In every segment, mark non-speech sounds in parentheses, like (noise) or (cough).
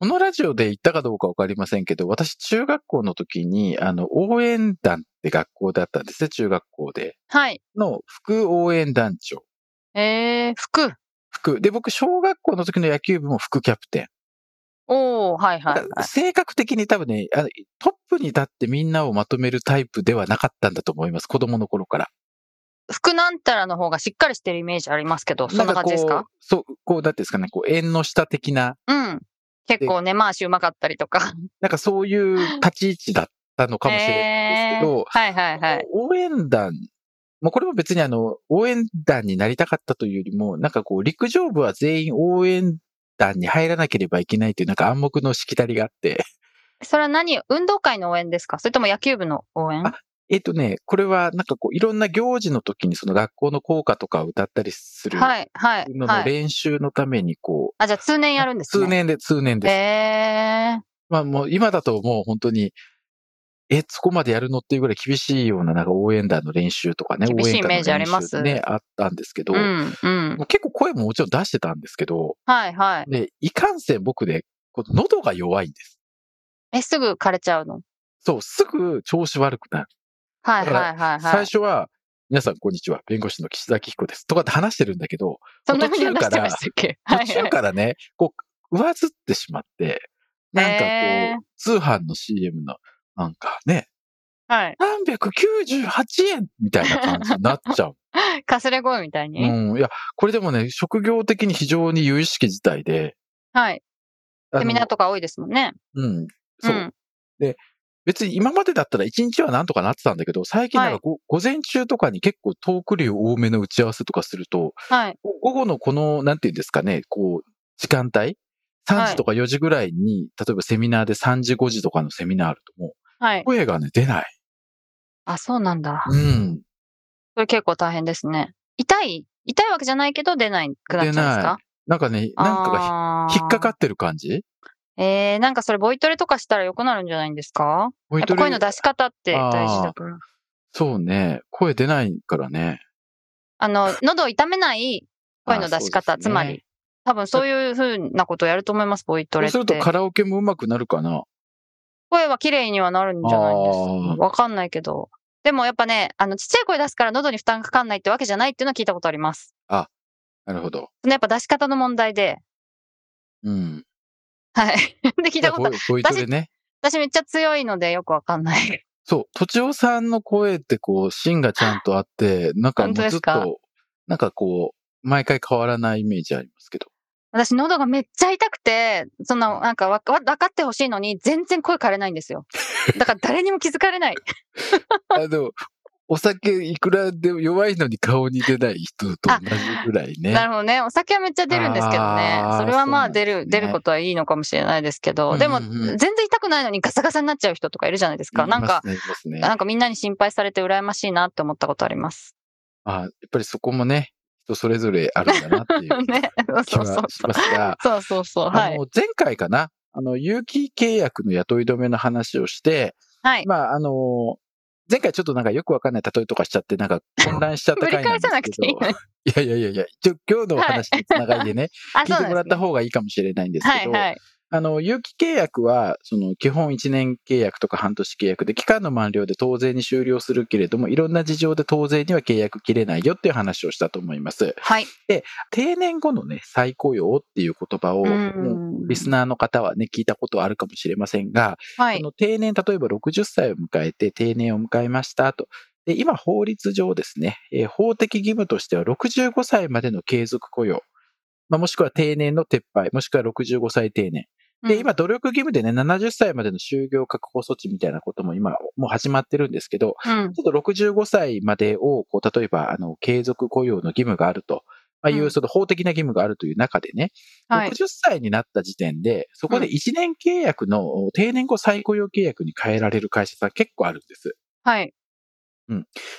このラジオで言ったかどうかわかりませんけど、私、中学校の時に、あの、応援団って学校だったんですね、中学校で。はい。の、副応援団長。えー、服。副。で、僕、小学校の時の野球部も副キャプテおー、はいン。はい、はい。性格的に多分ねあの、トップに立ってみんなをまとめるタイプではなかったんだと思います、子供の頃から。服なんたらの方がしっかりしてるイメージありますけど、そんな感じですなかんこうそう、こう、なんていうんですかね、こう、縁の下的な、うん。結構ね、回しうまかったりとか。なんかそういう立ち位置だったのかもしれないですけど、えーはいはいはい。応援団、まあ、これも別にあの、応援団になりたかったというよりも、なんかこう、陸上部は全員応援団に入らなければいけないという、なんか暗黙のしきたりがあって、 (laughs) それは何運動会の応援ですかそれとも野球部の応援あえっとね、これはなんかこう、いろんな行事の時にその学校の校歌とかを歌ったりするはいはいのはのい。練習のためにこう、あ、じゃあ通年やるんですね。通年で、通年です。えー、まあもう今だともう本当に、え、そこまでやるのっていうぐらい厳しいようななんか応援団の練習とかね、厳しい応援団のイメージありま練習すね、あったんですけど、うんうんも。う結構声ももちろん出してたんですけど、はいはい。で、いかんせん僕ね、こう喉が弱いんです。え、すぐ枯れちゃうのそう、すぐ調子悪くなる。はいだからはいはいは最い。初は、皆さんこんにちは、弁護士の岸田紀彦です。とかって話してるんだけど、そんなふうに途中話かしてらましたっけは途いは中い。からね、こう、上ずってしまって、なんかこう、へー通販の CM の、なんかね、はい。 398円みたいな感じになっちゃ (laughs) う。かすれ声みたいに。うん。いや、これでもね、職業的に非常に有意識自体で、はい。あセのミナーとか多いですもんね。うん。うそう。ん。別に今までだったら一日はなんとかなってたんだけど、最近なんかご、午前中とかに結構トーク量多めの打ち合わせとかすると、はい。ご午後のこの、なんていうんですかね、こう、時間帯 ?3 は時いとか4時ぐらいに、例えばセミナーで3時5時とかのセミナーあるともはう、い。声がね、出ない。あ、そうなんだ。うん。それ結構大変ですね。痛い痛いわけじゃないけど出ないくなっちゃうんですかなんかね、なんかがひ引っかかっってる感じえー、なんかそれボイトレとかしたら良くなるんじゃないんですかボイやっぱ声の出し方って大事だから。あそうね。声出ないからね。の、喉を痛めない声の出し方、あーつまり。。多分そういうふうなことをやると思います、ボイトそうレでっすねそうするてと。カラオケも上手くなるかな。声は綺麗にはなるんじゃないですあーかわかんないけど。でもやっぱね、あの、ちっちゃい声出すから喉に負担かかんないってわけじゃないっていうのは聞いたことあります。なるほど。そのやっぱ出し方の問題で。うん。はい。 (laughs) で、聞いたことやボイボイトレね。私めっちゃ強いのでよくわかんない。 (laughs) そう、とちおさんの声ってこう、芯がちゃんとあって、なんかもう本当でずっすかと、なんかこう、毎回変わらないイメージありますけど。私喉がめっちゃ痛くて、そんな、なんかわわ分かってほしいのに全然声枯れないんです (laughs) よ。だから誰にも気づかれない。あの、お酒いくらでも弱いのに顔に出ない人と同じぐらいなね。るほどね。お酒はめっちゃ出るんですけどねあー。それはまそうなんあで出すねる、出ることはいいのかもしれないですけど、でも、うんうんうん全然痛くないのにガサガサになっちゃう人とかいるじゃないですか。なんか、いますねいますねなんかみんなに心配されて羨ましいなって思ったことあります。あやっぱりそこもね、人それぞれあるんだなっていう (laughs) ね。 (laughs) 気そうそうそがう。しますが、そうそうそう。はあい。の、前回かな、あの、有期契約の雇い止めの話をして、はい。まあ、あの前回ちょっとなんかよくわかんない例えとかしちゃって、なんか混乱しちゃった (laughs) 振り回なん返ですさけど。なくていいのに。いやいやいやいや、一応今日のお話のつながりでね、あ、聞そいうてもらなったんですね。方がいいかもしれないんですはけいど、はい。あの、有期契約は、その基本1年契約とか半年契約で、期間の満了で当然に終了するけれども、いろんな事情で当然には契約切れないよっていう話をしたと思います。はい。定年後のね、再雇用っていう言葉を、もううんリスナーの方はね、聞いたことあるかもしれませんが、はあい。の定年、例えば60歳を迎えて定年を迎えましたと。で今、法律上ですね、えー法的義務としては65歳までの継続雇用、まあ、もしくは定年の撤廃、もしくは65歳定年。で、うん今、努力義務でね、70歳までの就業確保措置みたいなことも今、もう始まってるんですけど、うん。ちょっと65歳までを、こう、例えば、あの、継続雇用の義務があると。まあ、いうう、んその法的な義務があるという中でね、はい。 60歳になった時点で、そこでう1年契約の定年後再雇用契約に変えられる会社さん結構あるんです。はい。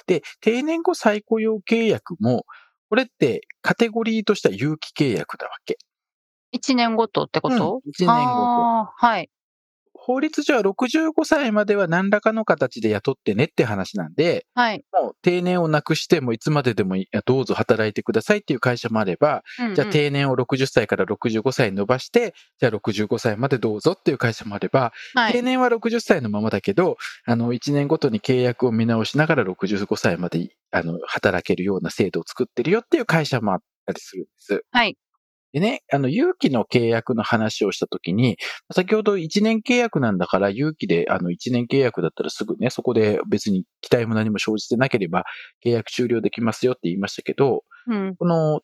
で、定年後再雇用契約も、これってカテゴリーとしては有期契約だわけ。一年ごとってこと、うん一年ごとあーはい。法律上は65歳までは何らかの形で雇ってねって話なんで、はい。もう定年をなくしてもいつまででもいいあどうぞ働いてくださいっていう会社もあれば、うんうんじゃあ定年を60歳から65歳に伸ばして、じゃあ65歳までどうぞっていう会社もあれば、は定い。年は60歳のままだけど、あの、1年ごとに契約を見直しながら65歳まで、あの、働けるような制度を作ってるよっていう会社もあったりするんです。はい。でね、あの、有期の契約の話をしたときに、先ほど1年契約なんだから、有期で、あの、1年契約だったらすぐね、そこで別に期待も何も生じてなければ、契約終了できますよって言いましたけど、うん。この、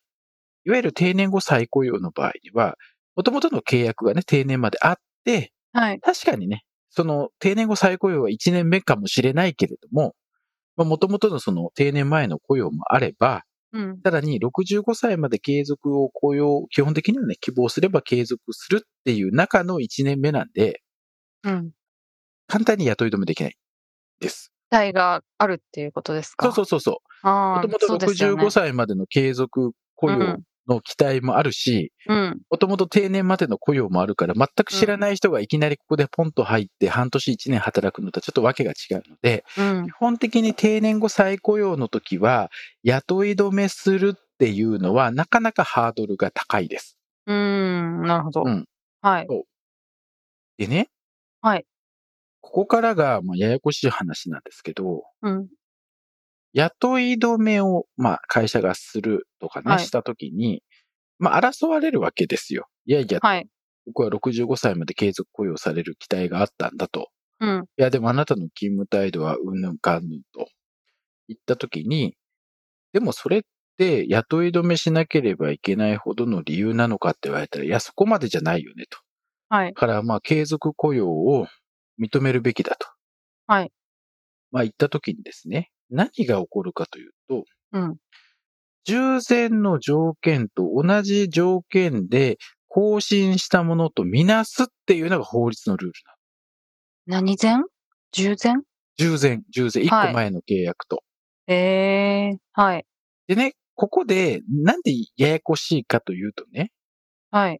いわゆる定年後再雇用の場合には、元々の契約がね、定年まであって、はい。確かにね、その定年後再雇用は1年目かもしれないけれども、もともとのその定年前の雇用もあれば、うん。さらに65歳まで継続を雇用、基本的にはね、希望すれば継続するっていう中の1年目なんで、うん。簡単に雇い止めできないです。期待があるっていうことですそかうそうそうそう。う。あもあ、とそもうとですよね65。歳までの継続雇用の期待もあるし、うん。もともと定年までの雇用もあるから、全く知らない人がいきなりここでポンと入って半年1年働くのとはちょっとわけが違うので、うん基。本的に定年後再雇用の時は、雇い止めするっていうのは、なかなかハードルが高いです。うん。なるほど。うんはい。でね。はい。ここからが、まあ、ややこしい話なんですけど、うん。雇い止めを、まあ、会社がするとかね、はいした時に、まあ、争われるわけですよ。いやいや、はい。僕は65歳まで継続雇用される期待があったんだと。うん。いや、でもあなたの勤務態度はうんぬんかんぬんと言ったときに、でもそれって雇い止めしなければいけないほどの理由なのかって言われたら、いや、そこまでじゃないよねと。はだ。いから、まあ、継続雇用を認めるべきだと。はい。まあ、言ったときにですね、何が起こるかというと、うん。従前の条件と同じ条件で更新したものとみなすっていうのが法律のルールなの。何前従前従前、従前、は1い個前の契約と。ええはい。でね、ここで、なんでややこしいかというとね、はい。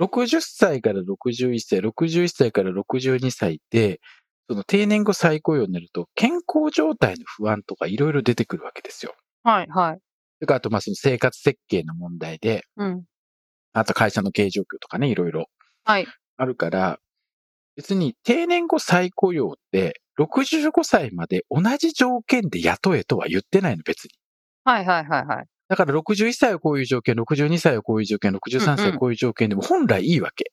60歳から61歳、61歳から62歳って、その定年後再雇用になると、健康状態の不安とかいろいろ出てくるわけですよ。はい。はい。それからあと、まあ、その生活設計の問題で、うん。あと会社の経営状況とかね、いろいろはい。あるから、別に定年後再雇用って、65歳まで同じ条件で雇えとは言ってないの、別に。はい。はい。はい。はい。だから61歳はこういう条件、62歳はこういう条件、63歳はこういう条件でも本来いいわけ。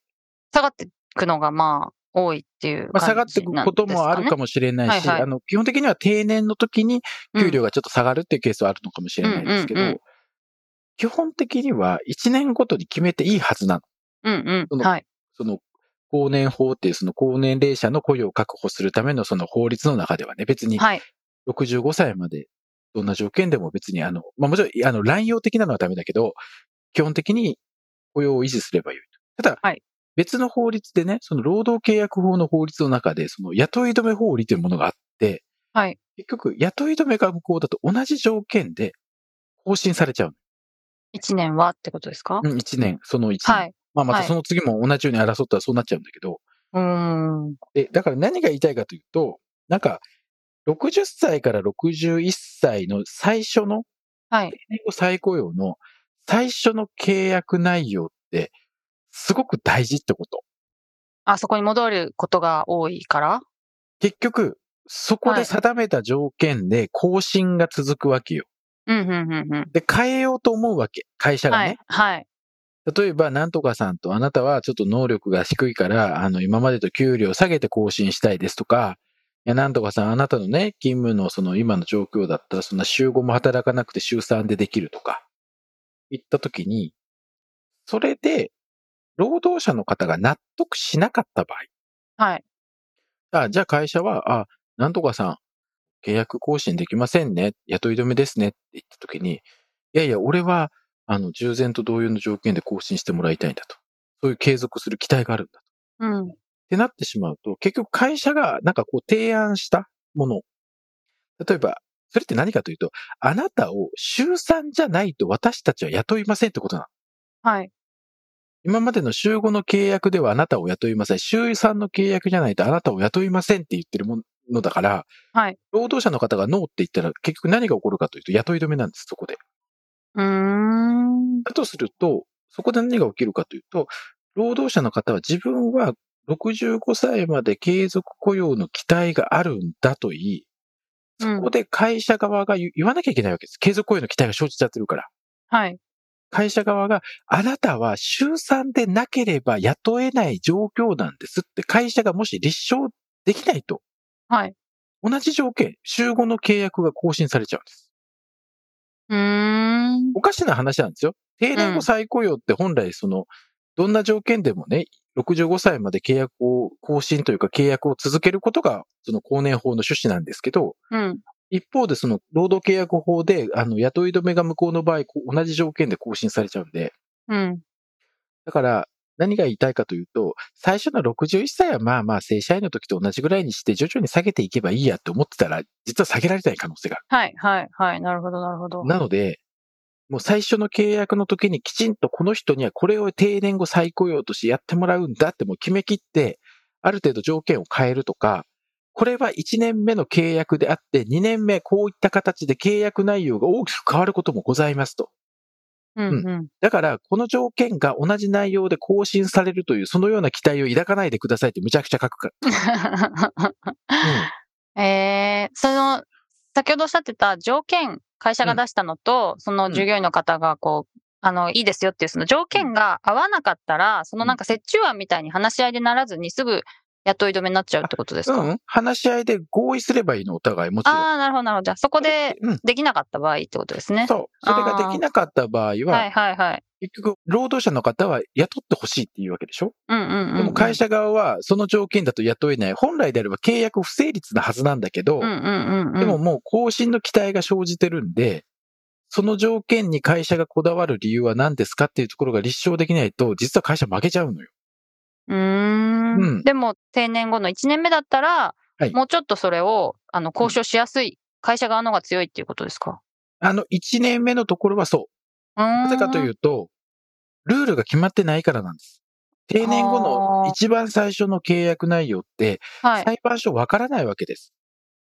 下がっていくのが、まあ、多いっていうま感あ、じ下がっていくこともあるかも。もしれないし、はいはいあの、基本的には定年の時にうん給料がちょっと下がるっていうケースはあるのかもしれないですけど、うんうんうん基本的には1年ごとに決めていいはずなの。うんそうん。のはい。その、高年法っていうその高年齢者の雇用を確保するためのその法律の中ではね、別にはい。 65歳までどんな条件でも別にあの、まあ、もちろん、あの、乱用的なのはダメだけど、基本的に雇用を維持すればよいと。ただ、はい別の法律でね、その労働契約法の法律の中で、その雇い止め法理というものがあって、はい。結局、雇い止めが無効だと同じ条件で更新されちゃう一年はってことですかの。うん、1年、その1年。はい。まあ、またはいその次も同じように争ったらそうなっちゃうんだけど、うーん。で、だから何が言いたいかというと、なんか、60歳から61歳の最初のはい。定年後再雇用の最初の契約内容って、すごく大事ってこと。あそこに戻ることが多いから結局、そこで定めた条件で更新が続くわけよ。うん、うん、うん、うん。で、変えようと思うわけ。会社がね。はい。はい。例えば、なんとかさんとあなたはちょっと能力が低いから、あの、今までと給料下げて更新したいですとか、いや、なんとかさん、あなたのね、勤務のその今の状況だったら、そんな週5も働かなくて週3でできるとか、言った時に、それで、労働者の方が納得しなかった場はい。合、あじゃあ会社は、あ、なんとかさん、契約更新できませんね、雇い止めですねって言った時に、いやいや、俺はあの、従前と同様の条件で更新してもらいたいんだと。そういう継続する期待があるんだと。っうん。てなってしまうと、結局会社がなんかこう提案したもの。例えば、それって何かというと、あなたを週3じゃないと私たちは雇いませんってことなの。はい。今までの週5の契約ではあなたを雇いません。週3の契約じゃないとあなたを雇いませんって言ってるものだから、はい労働者の方がノーって言ったら結局何が起こるかというと雇い止めなんです、そこで。うーん。だとすると、そこで何が起きるかというと、労働者の方は自分は65歳まで継続雇用の期待があるんだと言い、うんそこで会社側が言う言わなきゃいけないわけです。継続雇用の期待が生じちゃってるから。はい。会社側が、あなたは週3でなければ雇えない状況なんですって、会社がもし立証できないと、はい。同じ条件、週5の契約が更新されちゃうんです。うーん。おかしな話なんですよ。定年う後ん再雇用って本来その、どんな条件でもね、65歳まで契約を更新というか契約を続けることが、その公年法の趣旨なんですけど、うん。一方でその労働契約法で、あの、雇い止めが無効の場合、こう同じ条件で更新されちゃうんで、うん。だから、何が言いたいかというと、最初の61歳はまあまあ正社員の時と同じぐらいにして徐々に下げていけばいいやって思ってたら、実は下げられない可能性がある。はい。はい。はい。なるほど、なるほど。なので、もう最初の契約の時にきちんとこの人にはこれを定年後再雇用としてやってもらうんだってもう決め切って、ある程度条件を変えるとか、これは1年目の契約であって、2年目こういった形で契約内容が大きく変わることもございますと。うん。うん。だから、この条件が同じ内容で更新されるという、そのような期待を抱かないでくださいってむちゃくちゃ書くから。えー、その、先ほどおっしゃってた条件、会社が出したのと、その従業員の方がこう、あの、いいですよっていう、その条件が合わなかったら、そのなんか折衷案みたいに話し合いでならずにすぐ雇い止めになっちゃうってことですか、うん。うん。話し合いで合意すればいいの、お互い。もちろん。ああ、なるほど、なるほど。じゃあそこでうん。できなかった場合ってことですね。そう。それができなかった場合はいは、はいはい。結局、労働者の方は雇ってほしいっていうわけでしょうんうんうん。でも会社側は、その条件だと雇えない。本来であれば契約不成立なはずなんだけどう、んうんうんうん。でも、もう更新の期待が生じてるんで、その条件に会社がこだわる理由は何ですかっていうところが立証できないと、実は会社負けちゃうのよ。ううーんん。でも、定年後の1年目だったら、はいもうちょっとそれを、あの、交渉しやすい、会社側の方が強いっていうことですかあの、1年目のところはそう。ななぜかというと、ルールが決まってないからなんです。定年後のあー一番最初の契約内容って、はい。裁判所わからないわけです。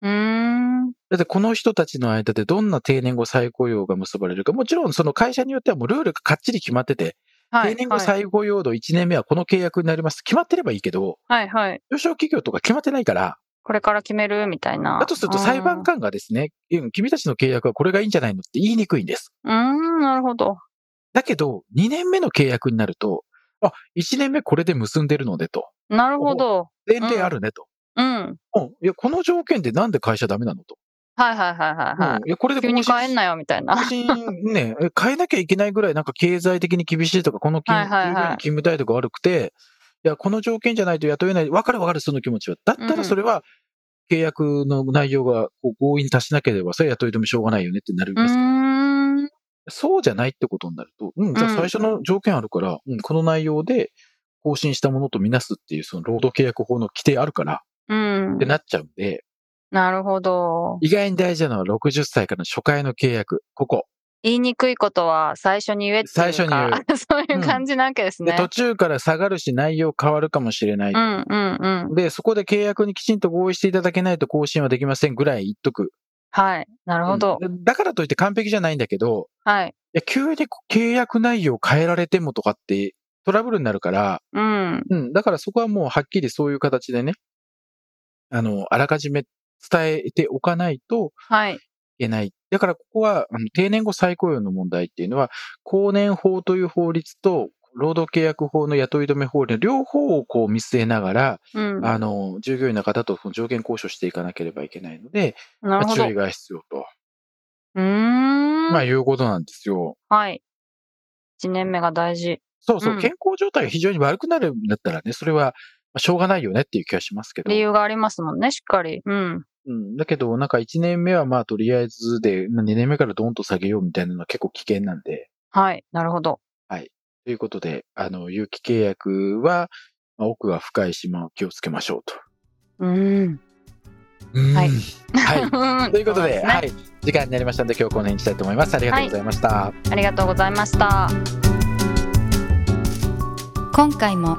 うーん。だってこの人たちの間でどんな定年後再雇用が結ばれるか、もちろんその会社によってはもうルールがかっちり決まってて、はい。定年後はい再雇用度1年目はこの契約になります。決まってればいいけど、はいはい。上昇企業とか決まってないから、これから決めるみたいな。だとすると裁判官がですね、うん君たちの契約はこれがいいんじゃないのって言いにくいんです。うーん。うーん、なるほど。だけど、2年目の契約になると、あ、1年目これで結んでるのでと。なるほど。前提あるねと。うん。うん。いや、この条件でなんで会社ダメなのと。はいはいはいはいはうん。いや、これでい。急に更新帰んなよみたいな。更新ね、 (laughs) え変えなきゃいけないぐらいなんか経済的に厳しいとか、この勤はいはい従はい業員の勤務態度が悪くて、いや、この条件じゃないと雇えない。わかるわかる、その気持ちは。だったうんうらんそれは、契約の内容がこう強引に達しなければ、それは雇い止めしょうがないよねってなりうーます。ん。うそうじゃないってことになると、うん、じゃあうん最初の条件あるから、うん、この内容で更新したものとみなすっていう、その労働契約法の規定あるからんって。なっちゃうんで、なるほど。意外に大事なのは60歳からの初回の契約、ここ。言いにくいことは最初に言えっていうか。最初に言 (laughs) そういう感じなわけですで、ね。途中から下がるし内容変わるかもしれない。うんうんうん。で、そこで契約にきちんと合意していただけないと更新はできませんぐらい言っとく。はい。なるほど。うんだからといって完璧じゃないんだけど、はい。いや急に契約内容変えられてもとかってトラブルになるから、うん。うん、だからそこはもうはっきりそういう形でね、あの、あらかじめ伝えておかないとはい。いけない。だからここは、あの定年後再雇用の問題っていうのは、公年法という法律と、労働契約法の雇い止め法令、両方をこう見据えながら、うん。あの、従業員の方とその条件交渉していかなければいけないので、まなるあほ注ど。意うが必要と、ーん。まあいうことなんですよ。はい。1年目が大事。そうそう、うん健康状態が非常に悪くなるんだったらね、それは、まあしょうがないよねっていう気がしますけど。理由がありますもんね、しっかり。うん。うん。だけど、なんか1年目はまあとりあえずで、2年目からドンと下げようみたいなのは結構危険なんで、はい。なるほど。ということで、あの、有期契約は、まあ奥が深い島を気をつけましょうと。うん。いはい。は (laughs) いということで、すねはい。時間になりましたので、今日はこの辺にしたいと思います。ありがとうございました。ありがとうございました。今回も